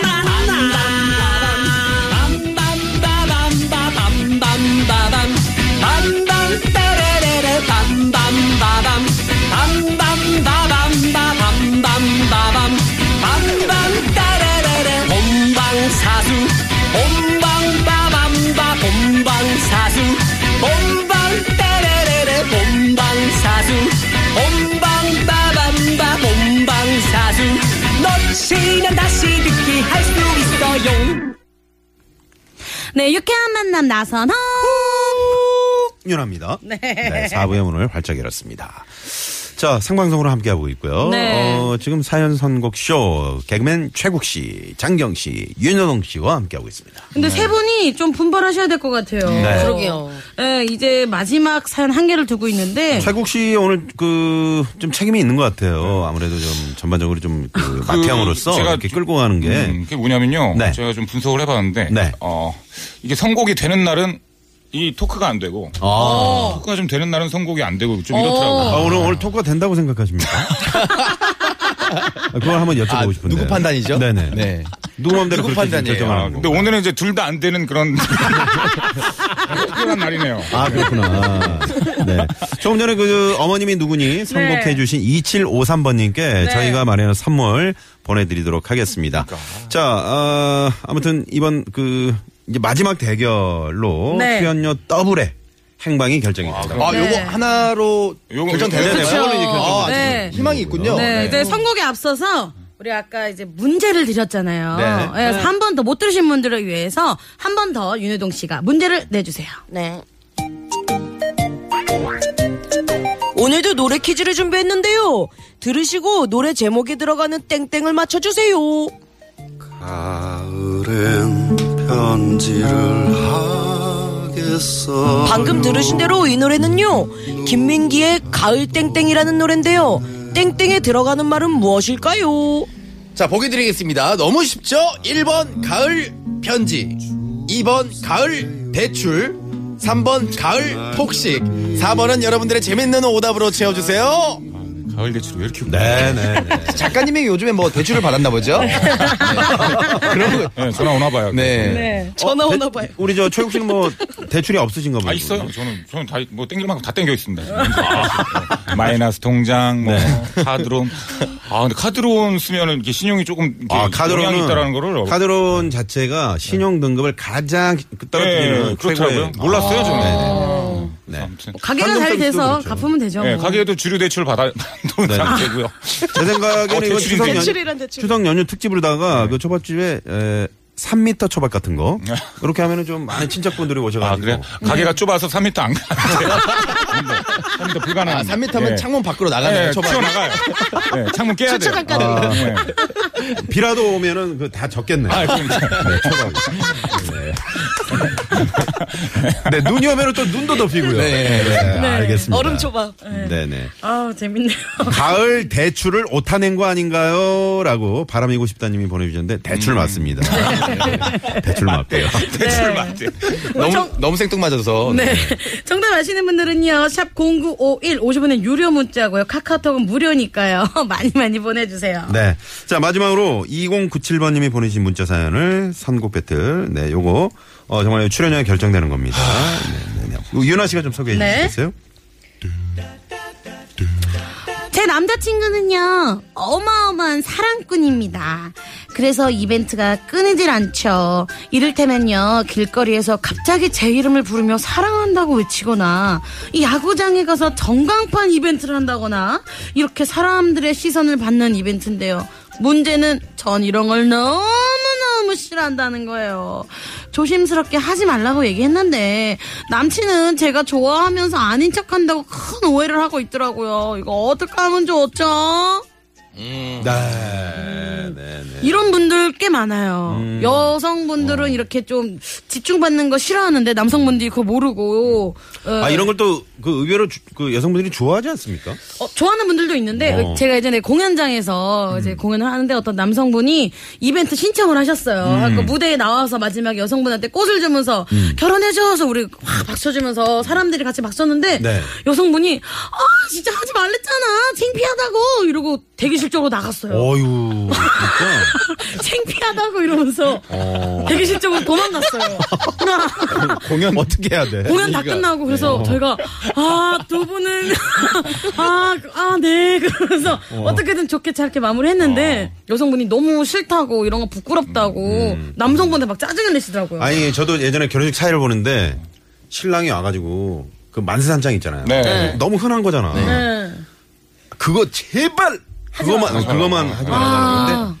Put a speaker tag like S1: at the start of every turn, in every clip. S1: 만남 빰빰빠밤빠밤빰빰빠밤 빰빰빠라라라 빰빰빠밤 빰빰빠밤빠밤빰빰빠밤 빰빰따라라라 본방사수 본방빠밤빠 본방사수 본방따라라라 본방사수 본방빠밤빠 본방사수 놓치면 다시 듣기 할 수 있어요
S2: 네, 유쾌한 만남 나선홍.
S3: 윤합니다. 네. 4부의 문을 활짝 열었습니다. 자, 생방송으로 함께하고 있고요.
S2: 네.
S3: 어, 지금 사연 선곡 쇼, 개그맨 최국 씨, 장경 씨, 윤여동 씨와 함께하고 있습니다.
S2: 근데 세 분이 좀 분발하셔야 될 것 같아요.
S3: 네.
S4: 그러게요.
S2: 네, 이제 마지막 사연 한 개를 두고 있는데.
S3: 최국 씨 오늘 그 좀 책임이 있는 것 같아요. 아무래도 좀 전반적으로 좀그 마태형으로서
S5: 제가
S3: 이렇게 끌고 가는 게
S5: 음, 그게 뭐냐면요.
S3: 예. 네.
S5: 제가 좀 분석을 해봤는데,
S3: 네.
S5: 어, 이게 선곡이 되는 날은 이 토크가 안 되고, 토크가 좀 되는 날은 선곡이 안 되고 좀
S3: 아,
S5: 이렇더라고요.
S3: 오늘 오늘 토크가 된다고 생각하십니까? 아, 그걸 한번 여쭤보고
S6: 아,
S3: 싶은데.
S6: 누구 판단이죠?
S3: 네네.
S6: 네.
S3: 누구 마음대로
S6: 누구
S3: 그렇게
S6: 판단이에요?
S3: 결정하는
S5: 근데
S3: 건가요?
S5: 오늘은 이제 둘 다 안 되는 그런 특별한 날이네요.
S3: 아, 그렇구나. 네. 조금 전에 그 어머님이 누구니 선곡해
S5: 네.
S3: 주신 2753번님께 저희가 마련한 선물 보내드리도록 하겠습니다.
S5: 그러니까.
S3: 자, 어, 아무튼 이번 그 이제 마지막 대결로
S2: 네.
S3: 출연료 더블의 행방이 결정이 됐다.
S6: 아,
S2: 네.
S6: 요거 하나로
S5: 요거
S6: 결정되는
S3: 네, 네, 그걸로 이제 결정.
S6: 아, 아직
S2: 네.
S6: 희망이 있군요.
S2: 네, 이제 선곡에 앞서서 우리 아까 이제 문제를 드렸잖아요.
S6: 네.
S2: 그래서 한 번 더 못 들으신 분들을 위해서 한 번 더 윤여동 씨가 문제를 내주세요.
S4: 네. 오늘도 노래 퀴즈를 준비했는데요. 들으시고 노래 제목에 들어가는 땡땡을 맞춰주세요.
S7: 가을엔 편지를 하겠어
S4: 방금 들으신 대로 이 노래는요. 김민기의 가을 땡땡이라는 노래인데요. 땡땡에 들어가는 말은 무엇일까요?
S6: 자, 보기 드리겠습니다. 너무 쉽죠? 1번 가을 편지, 2번 가을 대출, 3번 가을 폭식, 4번은 여러분들의 재밌는 오답으로 채워주세요.
S5: 가을 대출 왜 이렇게
S3: 네, 네, 네.
S6: 작가님이 요즘에 뭐 대출을 받았나 보죠? 네. 그런 거.
S5: 네, 전화 오나 봐요.
S6: 네.
S4: 전화 오나 봐요.
S3: 우리 저 최욱 씨는 뭐 대출이 없으신가 보요
S5: 아 있어요. 저는 저는 다뭐 땡길 만큼 다 땡겨 있습니다. 지금.
S3: 아.
S5: 네. 마이너스 통장,
S3: 네.
S5: 뭐 카드론. 아 근데 카드론 쓰면은 이게 신용이 조금 이렇게
S3: 아,
S5: 영향이
S3: 카드론은
S5: 있다라는 거를
S3: 카드론 자체가 신용 등급을 가장 떨어뜨리는
S5: 네, 그렇더라고요.
S3: 최고의- 아,
S5: 몰랐어요 저는.
S3: 네.
S5: 그래서 아무튼.
S2: 가게가
S3: 한정적이죠,
S2: 잘 돼서
S3: 그렇죠.
S2: 갚으면 되죠.
S5: 네,
S2: 뭐.
S5: 가게에도 주류 대출 받아 돈
S3: 네.
S5: 상태고요.
S3: 제 생각에는
S5: 어,
S3: 이거
S5: 대출이- 네.
S3: 추석,
S4: 대출이란
S3: 연,
S4: 대출.
S3: 추석 연휴 특집으로다가 그 초밥집에 에, 3미터 초밥 같은 거 그렇게 하면은 좀 많은 친척분들이
S5: 아
S3: 오셔가지고
S5: 그래? 가게가 좁아서 3m 안 가는데. 3m 불가능.
S6: 아, 3m면 창문 밖으로 나가네요.
S5: 네,
S6: 초반에.
S5: 튀어나가요. 네, 창문 깨야 돼요. 아, 네.
S3: 비라도 오면은 그 다 적겠네.
S5: 아, 그러니까.
S3: 네, 초밥. 네. 네, 눈이 오면은 또 눈도 덮이고요.
S6: 네, 네,
S3: 알겠습니다.
S4: 얼음 초밥.
S3: 네, 네.
S2: 아우 재밌네요.
S3: 가을 대출을 오타낸 거 아닌가요? 라고 바람이고 싶다님이 보내주셨는데
S5: 음.
S3: 대출 맞습니다. 네, 대출 맞고요.
S5: 대출 받대.
S6: 너무, 너무 생뚱맞아서.
S2: 네. 정답 아시는 분들은요. 샵 0951 50원은 유료 문자고요. 카카오톡은 무료니까요. 많이 많이 보내주세요.
S3: 네. 자, 마지막으로 2097번님이 보내신 문자 사연을 선곡 배틀. 네, 요거, 어, 정말 출연료가 결정되는 겁니다. 네, 네, 네. 유나 씨가 좀 소개해
S2: 네.
S3: 주시겠어요?
S2: 제 남자친구는요 어마어마한 사랑꾼입니다. 그래서 이벤트가 끊이질 않죠. 이를테면요 길거리에서 갑자기 제 이름을 부르며 사랑한다고 외치거나 이 야구장에 가서 전광판 이벤트를 한다거나 이렇게 사람들의 시선을 받는 이벤트인데요. 문제는 전 이런 걸 너무너무 싫어한다는 거예요. 조심스럽게 하지 말라고 얘기했는데 남친은 제가 좋아하면서 아닌 척한다고 큰 오해를 하고 있더라고요. 이거 어떡하면 좋죠?
S6: 음.
S3: 네, 네, 네.
S2: 이런 분들 꽤 많아요. 여성분들은 이렇게 좀 집중받는 거 싫어하는데 남성분들이 그거 모르고 어,
S3: 아, 이런 걸 또 그 의외로 주- 그 여성분들이 좋아하지 않습니까?
S2: 어, 좋아하는 분들도 있는데
S3: 어. 음.
S2: 제가 예전에 공연장에서 이제 공연을 하는데 어떤 남성분이 이벤트 신청을
S3: 음.
S2: 하셨어요. 그 무대에 나와서 마지막에 여성분한테 꽃을 주면서 결혼해줘서 우리 확 박수 주면서 사람들이 같이 박수쳤는데
S3: 네.
S2: 여성분이 아 진짜 하지 말랬잖아 창피하다고 이러고 대기실 쪽으로 나갔어요.
S3: 어유 진짜
S2: 창피하다고 이러면서
S3: 어.
S2: 대기실 쪽으로 도망갔어요.
S6: 공연 어떻게 해야 돼?
S2: 공연 다 끝나고 그래서 저희가 아 두 분은 아, 그, 아아네 그러면서 어. 떻게든 좋게 잘게 마무리했는데 여성분이 너무 싫다고 이런 거 부끄럽다고 남성분들 막 짜증을 내시더라고요.
S3: 아니 저도 예전에 결혼식 사회를 보는데 신랑이 와가지고 그 만세산장 있잖아요
S5: 네. 네.
S3: 너무 흔한 거잖아
S2: 네.
S3: 그거 제발 그거만 그거만 하지
S2: 아.
S3: 말라는데 또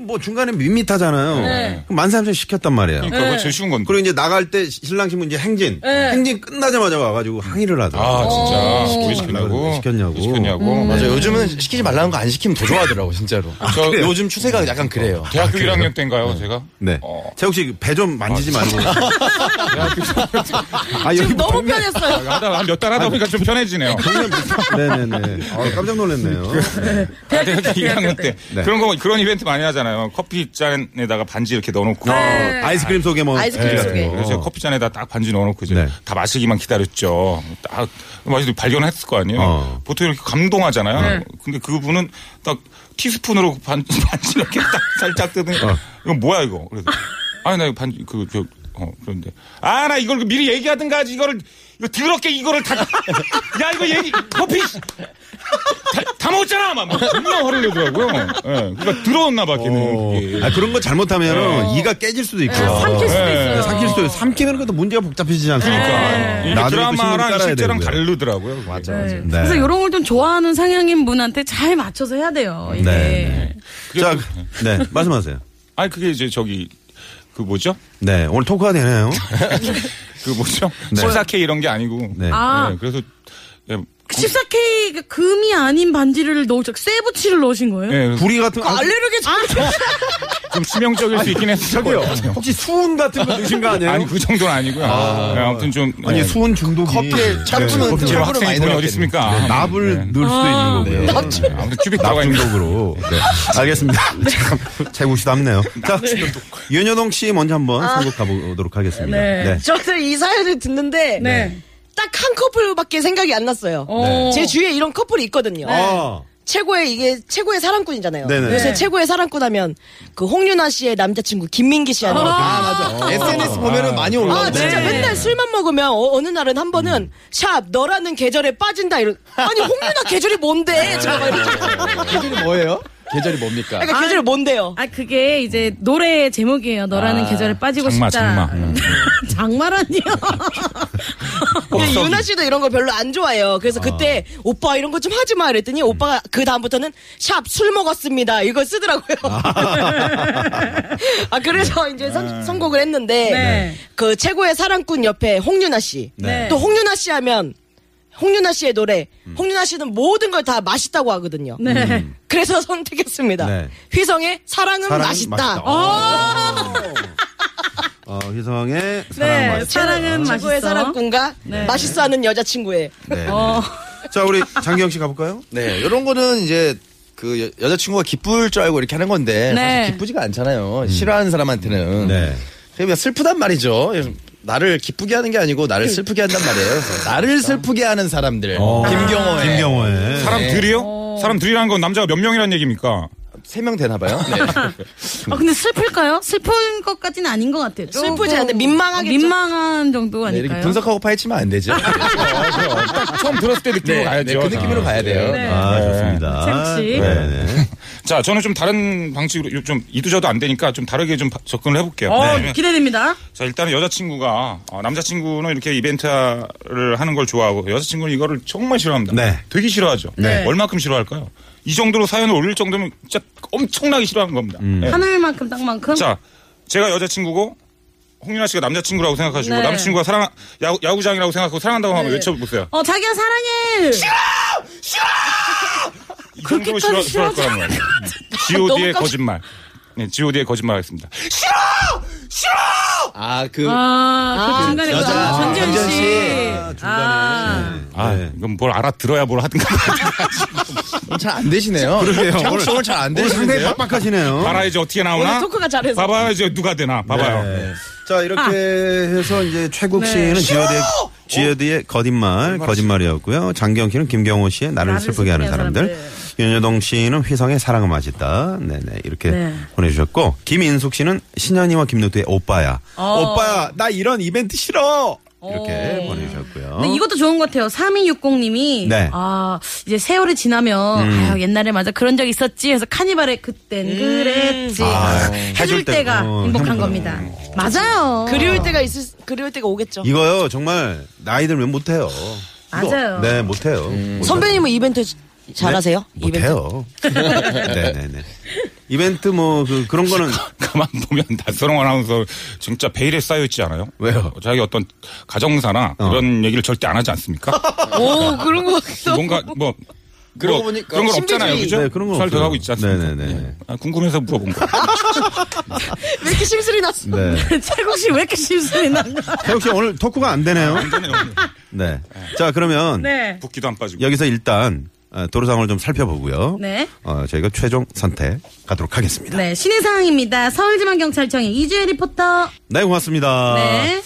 S3: 뭐 중간에 밋밋하잖아요
S2: 네.
S3: 그럼 만세산장 시켰단 말이에요
S5: 그러니까 그거 제일 쉬운
S3: 네.
S5: 건데.
S3: 그리고 이제 나갈 때 신랑 신부 이제 행진
S2: 네.
S3: 행진 끝나자마자 와가지고 항의를 하더라고요
S5: 아 진짜 우리 시키냐고 음.
S3: 시켰냐고.
S5: 시켰냐고
S6: 맞아요. 요즘은 시키지 말라는 거 안 시키면 더 좋아하더라고 진짜로.
S5: 저
S6: 그래요? 요즘 추세가 약간 그래요.
S5: 대학교 1학년 때인가요 제가?
S3: 네.
S5: 어.
S3: 재욱 씨, 배 좀 만지지 말고. 아,
S2: 지금 너무
S3: 방금-
S2: 편했어요.
S5: 하다 한 몇 달 하다 보니까 좀 편해지네요.
S3: 방금 무슨- 네네네. 아, 깜짝 놀랐네요.
S5: 대학교 1학년 때
S3: 네.
S5: 그런 거 그런 이벤트 많이 하잖아요. 커피 잔에다가 반지 이렇게 넣어놓고
S3: 어, 아이스크림 속에 뭐.
S2: 네. 아이스크림
S3: 네.
S2: 속에.
S5: 그래서 커피 잔에다 딱 반지 넣어놓고 이제
S3: 네.
S5: 다 마시기만 기다렸죠. 딱 마시고 발견했을 거 아니에요.
S3: 어.
S5: 보통 이렇게 감동하잖아요. 근데 그분은 딱 티스푼으로 그 반, 반지 이렇게 딱 살짝 뜨더니
S3: 어.
S5: 이거 뭐야 이거. 그래서 아니 나 이거 반지 그 저 어, 그런데 아 나 이걸 미리 얘기하든가 하지 이거를 이거 더럽게 이거를 다 야 이거 얘기 커피 다, 다 먹었잖아 막 막 존나 화를 내더라고요. 예, 그러니까 들어왔나 어. 봐
S3: 어.
S5: 걔는. 이게.
S3: 아, 그런 거 잘못하면 이가 깨질 수도 있고.
S2: 아,
S3: 네,
S2: 삼킬 수도 있어요.
S3: 삼킬 수도 있고. 삼키면 그것도 문제가 복잡해지지 않습니까?
S5: 그러니까
S3: 나중에
S5: 이게
S3: 또 신경
S5: 드라마랑
S3: 따라야
S5: 실제랑
S3: 되는데.
S5: 다르더라고요. 맞아.
S2: 네.
S3: 네.
S2: 그래서 이런 걸 좀 좋아하는 상향인 분한테 잘 맞춰서 해야 돼요. 이게.
S3: 네. 네. 자, 네. 말씀하세요.
S5: 아니 그게 이제 저기 그 뭐죠?
S3: 네. 오늘 토크가 되네요.
S5: 그 뭐죠? 14K 이런 게 아니고.
S3: 네.
S2: 아.
S5: 네, 그래서 예.
S2: 그
S5: 구-
S2: 14K 금이 아닌 반지를 넣으셨, 쇠부치를 넣으신 거예요?
S5: 예, 그래서
S3: 구리 같은 거.
S2: 알레르기 아,
S5: 좀 치명적일 수 있긴 했어요.
S3: 저기요. 혹시 수은 같은 거 드신 거 아니에요? 네.
S5: 아니 그 정도는 아니고요. 아, 무튼좀
S3: 아니,
S5: 예.
S3: 수은 중독이. 네,
S6: 커피에 짬뽕은
S5: 지금 학생이
S6: 짬뽕은 많이
S5: 돈이
S6: 들어가겠네.
S5: 어디 있습니까?
S3: 아, 납을 넣을 수도 있는 거고요.
S5: 네, 아무튼 큐빅 들어가 있는 거.
S3: 중독으로. 네. 알겠습니다. 참, 최국 씨도 남네요. 자, 윤여동 씨 먼저 한번 선곡 가보도록 하겠습니다.
S2: 네.
S3: 네.
S4: 저는 이 사연을 듣는데
S2: 네.
S4: 딱 한 커플밖에 생각이 안 났어요.
S2: 어.
S4: 제 주위에 이런 커플이 있거든요.
S3: 아,
S4: 최고의 이게 최고의 사랑꾼이잖아요.
S3: 네네.
S4: 요새
S2: 네.
S4: 최고의 사랑꾼 하면 그 홍윤아 씨의 남자친구 김민기 씨 아니에요.
S6: 아 맞아. SNS 보면은 많이 올라.
S4: 아 진짜
S2: 네.
S4: 맨날 술만 먹으면 어, 느 날은 한
S3: 음.
S4: 번은 샵 너라는 계절에 빠진다 이런 아니 홍윤아 계절이 뭔데 제가 막 이렇게
S6: 계절이 뭐예요? 계절이 뭡니까?
S4: 그러니까 계절이 뭔데요
S2: 아, 그게 이제 노래 제목이에요.
S6: 아,
S2: 너라는 계절에 빠지고
S5: 장마,
S2: 싶다.
S5: 장마.
S6: 음.
S2: 장마라니요.
S4: 근데 윤아 씨도 이런 거 별로 안 좋아해요 그래서 그때 오빠 이런 거 좀 하지 마 이랬더니 오빠가 그 다음부터는 샵 술 먹었습니다 이걸 쓰더라고요 아 그래서 이제 선, 선곡을 했는데
S2: 네.
S4: 그 최고의 사랑꾼 옆에 홍윤아 씨
S2: 네.
S4: 또 홍윤아 씨 하면 홍윤아 씨의 노래 홍윤아 씨는 모든 걸 다 맛있다고 하거든요
S2: 네.
S6: 음.
S4: 그래서 선택했습니다.
S3: 네.
S4: 휘성의 사랑은,
S3: 사랑은
S4: 맛있다. 어,
S3: 맛있다. 어, 희성의 사랑 맛.
S2: 사랑은
S4: 최고의
S2: 맛있어. 네.
S4: 사랑꾼과 맛있어 하는 여자친구의
S3: 네. 자, 우리 장기영 씨 가볼까요?
S6: 네, 이런 거는 이제 그 여, 여자친구가 기쁠 줄 알고 이렇게 하는 건데
S2: 네.
S6: 사실 기쁘지가 않잖아요. 싫어하는 사람한테는.
S3: 네.
S6: 그냥 슬프단 말이죠. 나를 기쁘게 하는 게 아니고 나를 슬프게 한단 말이에요. 그래서 나를 슬프게 하는 사람들. 김경호의
S3: 어. 김경호의.
S5: 사람들이요? 사람들이라는 건 남자가 몇 명이란 얘기입니까?
S6: 세 명 되나 봐요. 네.
S2: 아, 근데 슬플까요? 슬픈 것까지는 아닌 것 같아요. 조금 어,
S4: 슬프지 않은데 민망하겠죠?
S2: 민망한 정도
S6: 네, 이렇게
S2: 아닐까요?
S6: 분석하고 파헤치면 안 되죠.
S5: 딱 처음 들었을 때 느낌으로
S6: 네,
S5: 가야죠.
S6: 네, 그 느낌으로 가야 돼요.
S2: 네.
S3: 아, 좋습니다.
S2: 최욱 씨.
S3: 네, 네.
S5: 자, 저는 좀 다른 방식으로 좀 이두저도 안 되니까 좀 다르게 좀 바- 접근을 해볼게요.
S2: 어,
S5: 네.
S2: 기대됩니다.
S5: 자, 일단은 여자친구가, 어, 남자친구는 이렇게 이벤트를 하는 걸 좋아하고, 여자친구는 이거를 정말 싫어합니다.
S3: 네.
S5: 되게 싫어하죠.
S3: 네.
S5: 얼마큼 싫어할까요? 이 정도로 사연을 올릴 정도면 진짜 엄청나게 싫어하는 겁니다.
S3: 음.
S5: 네.
S2: 하늘만큼 땅만큼.
S5: 자, 제가 여자친구고, 홍윤아 씨가 남자친구라고 생각하시고,
S2: 네.
S5: 남자친구가 사랑, 야구, 야구장이라고 생각하고 사랑한다고 한번
S4: 네.
S5: 외쳐보세요.
S2: 어, 자기야 사랑해.
S5: 이 정도로 싫어,
S2: 그렇게까지
S5: 싫어할 거라는 거예요.
S4: 너무
S5: GOD의
S4: 깜짝-
S5: 거짓말. 네, GOD의 거짓말 하겠습니다.
S6: 아, 그
S2: 아, 그 중간에
S6: 여자,
S2: 아, 전지현
S6: 전지현
S2: 씨.
S6: 씨.
S2: 아,
S5: 아,
S3: 네.
S5: 이건 뭘 알아들어야 뭘 하든가.
S6: 잘 안 되시네요.
S3: 오늘-
S6: 오늘 잘안
S3: 오늘 상당히
S6: 되시는데요.
S3: 빡빡하시네요.
S5: 봐라, 이제 어떻게 나오나?
S4: 오늘 토크가 잘해서.
S5: 봐봐요, 이제 누가 되나. 봐봐요.
S3: 네. 자, 이렇게 해서 이제 최국 씨는 지어대 GOD의 거짓말, 거짓말이었고요. 장경 씨는 김경호 씨의 나를 슬프게 하는 사람들. 윤여동 씨는 휘성의 사랑은 맛있다. 네네. 이렇게
S2: 네.
S3: 보내주셨고, 김인숙 씨는 신현이와 김노트의 오빠야. 오빠야, 나 이런 이벤트 어. 싫어! 이렇게
S2: 어.
S3: 보내주셨고요.
S2: 근데 이것도 좋은 것 같아요. 3260님이
S3: 네.
S2: 아 이제 세월이 지나면 아유, 옛날에 맞아 그런 적 있었지 해서 카니발에 그땐
S4: 음.
S2: 그랬지
S3: 아,
S2: 해줄 때가
S3: 어,
S2: 행복한
S3: 행복하다.
S2: 겁니다. 맞아요.
S4: 그리울 때가 있을 그리울 때가 오겠죠.
S3: 이거요, 정말, 나이 들면 못해요. 이거,
S2: 맞아요.
S3: 네, 못해요. 못해요.
S4: 선배님은 이벤트 잘하세요? 이벤트.
S3: 네? 못해요. 네네네. 이벤트 뭐, 그, 그런 거는.
S5: 가만 보면 나서롱 아나운서 진짜 베일에 쌓여있지 않아요?
S3: 왜요?
S5: 자기 어떤 가정사나
S3: 어.
S5: 그런 얘기를 절대 안 하지 않습니까?
S4: 오 그런 거 없어.
S5: 뭔가 뭐 그런
S6: 그러고 보니까
S5: 그런 건 없잖아요,
S6: 신비주의.
S5: 그죠?
S3: 네, 그런 건
S5: 잘
S3: 없어요.
S5: 돼가고 있지 않습니까?
S3: 네네네.
S5: 예. 아, 궁금해서 물어본 거.
S4: 왜 이렇게 심술이 났어?
S3: 네.
S2: 최고 씨왜 이렇게 심술이 나?
S3: 태욱 씨 오늘 토크가 안 되네요. 네. 자, 그러면
S2: 네.
S5: 붓기도 안 빠지고.
S3: 여기서 일단 어, 도로 상황을 좀 살펴보고요.
S2: 네.
S3: 어, 저희가 최종 선택 가도록 하겠습니다. 네,
S2: 네 신의 상황입니다. 서울지방경찰청의 이주혜 리포터.
S3: 고맙습니다.
S2: 네.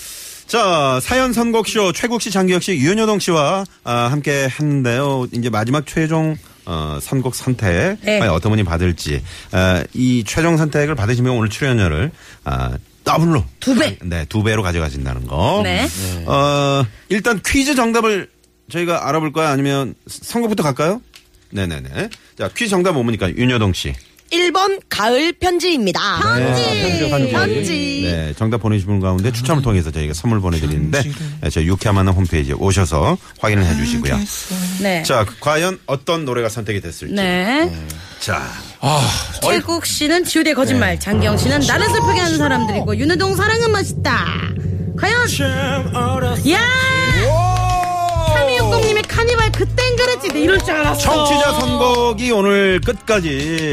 S3: 자, 사연 선곡쇼 최국 씨, 장기혁 씨, 윤여동 씨와 아, 함께 했는데요. 이제 마지막 최종 어, 선곡 선택
S2: 네.
S3: 과연 어떤 분이 받을지 아, 이 최종 선택을 받으시면 오늘 출연료를 아, 더블로
S2: 두 배.
S3: 네, 두 배로 가져가신다는 거.
S2: 네.
S3: 어, 일단 퀴즈 정답을 저희가 알아볼 거야 아니면 선곡부터 갈까요? 네, 네, 네. 자, 퀴즈 정답 모르니까 윤여동 씨.
S4: 1번 가을 편지입니다.
S3: 네, 편지.
S4: 편지.
S3: 네, 정답 보내주신 분 가운데 추첨을 통해서 저희가 선물 보내드리는데 네, 저희 유쾌한 만남 홈페이지에 오셔서 확인을 해주시고요.
S2: 네.
S3: 자, 과연 어떤 노래가 선택이 됐을지.
S2: 네.
S3: 자,
S2: 최국 씨는 지우대 거짓말,
S3: 네.
S2: 장경 씨는 나를 슬프게 하는 사람들이고 윤호동 사랑은 맛있다. 과연 야 3260님의 카니발 그땐 그랬지 내 이럴 줄 알았어.
S3: 청취자 선곡이 오늘 끝까지.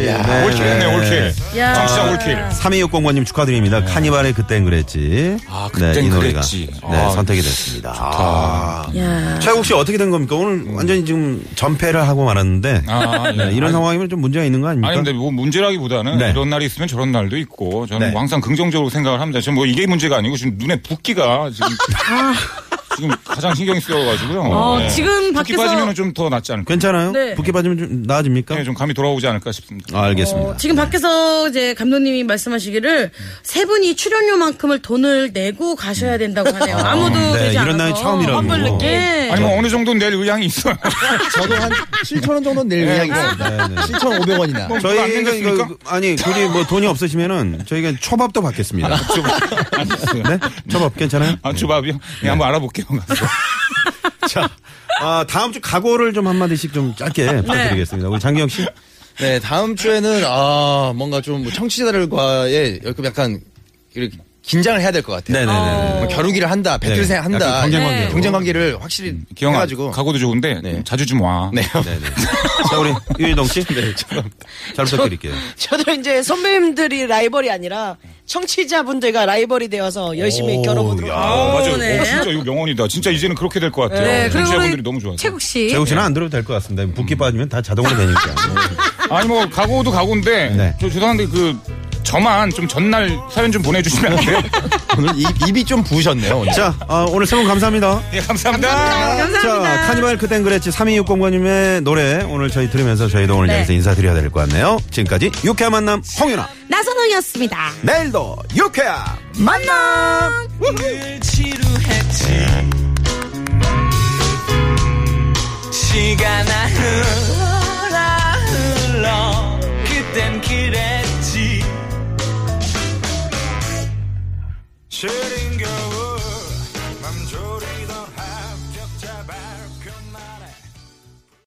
S3: 네,
S5: 올킬했네, 올킬.
S2: 야.
S5: 정치자 올킬.
S3: 3260번님 축하드립니다. 카니발의 그땐 그랬지.
S5: 네. 아, 그땐
S3: 이 노래가
S5: 그랬지.
S3: 네,
S5: 아,
S3: 선택이 됐습니다. 아.
S2: 야.
S3: 최국 씨 어떻게 된 겁니까? 오늘 완전히 지금 전패를 하고 말았는데.
S5: 아, 예.
S3: 네, 이런 상황이면 좀 문제가 있는 거 아닙니까?
S5: 아니 근데 뭐 문제라기보다는
S3: 네.
S5: 이런 날이 있으면 저런 날도 있고 저는
S3: 네.
S5: 뭐 항상 긍정적으로 생각을 합니다. 지금 뭐 이게 문제가 아니고 지금 눈에 붓기가 지금 지금 가장 신경이 쓰여가지고요.
S2: 아.
S5: 네.
S2: 어,
S3: 네.
S2: 지금
S5: 붓기
S2: 밖에서-
S5: 빠지면 좀 더 낫지 않을까?
S3: 괜찮아요?
S2: 네.
S3: 붓기 빠지면 좀 나아집니까?
S5: 예, 좀 감이 돌아오지 않을까 싶습니다.
S3: 알겠습니다.
S2: 어, 지금 밖에서 이제 감독님이 말씀하시기를 세 분이 출연료만큼을 돈을 내고 가셔야 된다고 하네요. 아무도
S3: 네,
S2: 되지 않아서.
S3: 이런 날이 처음이라고. 환불 느낌?
S2: 네.
S5: 아니 뭐 어느 정도 는 내일 의향이 있어요.
S6: 저도 한 7천 원 정도 낼 의향이 있습니다. 네, 7,500원이나.
S5: 그거 안
S3: 저희가
S5: 생겼습니까?
S3: 이거 아니 그리 뭐 돈이 없으시면은 저희가 초밥도 받겠습니다. 네? 초밥 괜찮아요?
S5: 아, 주밥이요? 네, 한번 알아볼게요. 가서.
S3: 자, 아, 다음 주 각오를 좀 한마디씩 좀 짧게 부탁드리겠습니다. 우리 장경 씨.
S6: 네, 다음 주에는 아 뭔가 좀 청취자들과의 약간 이렇게 긴장을 해야 될 것 같아요.
S3: 네네네.
S6: 뭐 겨루기를 한다, 배틀생
S3: 네,
S6: 한다,
S3: 약간 경쟁 관계로.
S6: 경쟁 관계를 확실히
S5: 기영아,
S6: 해가지고.
S5: 각오도 좋은데
S6: 네.
S5: 자주 좀 와.
S6: 네.
S3: 자, 우리 윤희동 씨. 네, 잘 부탁드릴게요.
S4: 저도 이제 선배님들이 라이벌이 아니라 청취자분들과 라이벌이 되어서 열심히 겨뤄보도록
S3: 야.
S5: 아, 맞아요. 오,
S2: 네.
S5: 진짜 이거 명언이다. 진짜 이제는 그렇게 될 것 같아요.
S2: 네, 그리고
S5: 청취자분들이
S2: 우리
S5: 너무 좋아요.
S2: 최국 씨.
S3: 재욱 씨는 안 들어도 될 것 같습니다. 붓기 빠지면 다 자동으로 되니까.
S2: 네.
S5: 아니 뭐 각오도 각오인데
S3: 네.
S5: 저 죄송한데 그 저만 좀 전날 사연 좀 보내주시면 안 돼요?
S6: 오늘 입, 입이 좀 부으셨네요. 오늘.
S3: 자, 아, 오늘 세분 감사합니다.
S5: 예, 감사합니다.
S2: 감사합니다.
S3: 자, 카니발 그땐 그랬지 3260번님의 노래 오늘 저희 들으면서 저희도 오늘
S2: 네.
S3: 여기서 인사드려야 될 것 같네요. 지금까지 유쾌한 만남 홍윤아.
S2: 나선홍이었습니다.
S3: 내일도 유쾌한
S2: 만남.
S1: 지루했지 시간 아 흘러 흘러 그땐 그랬지
S7: 시린 겨울 맘 졸이는
S5: 네.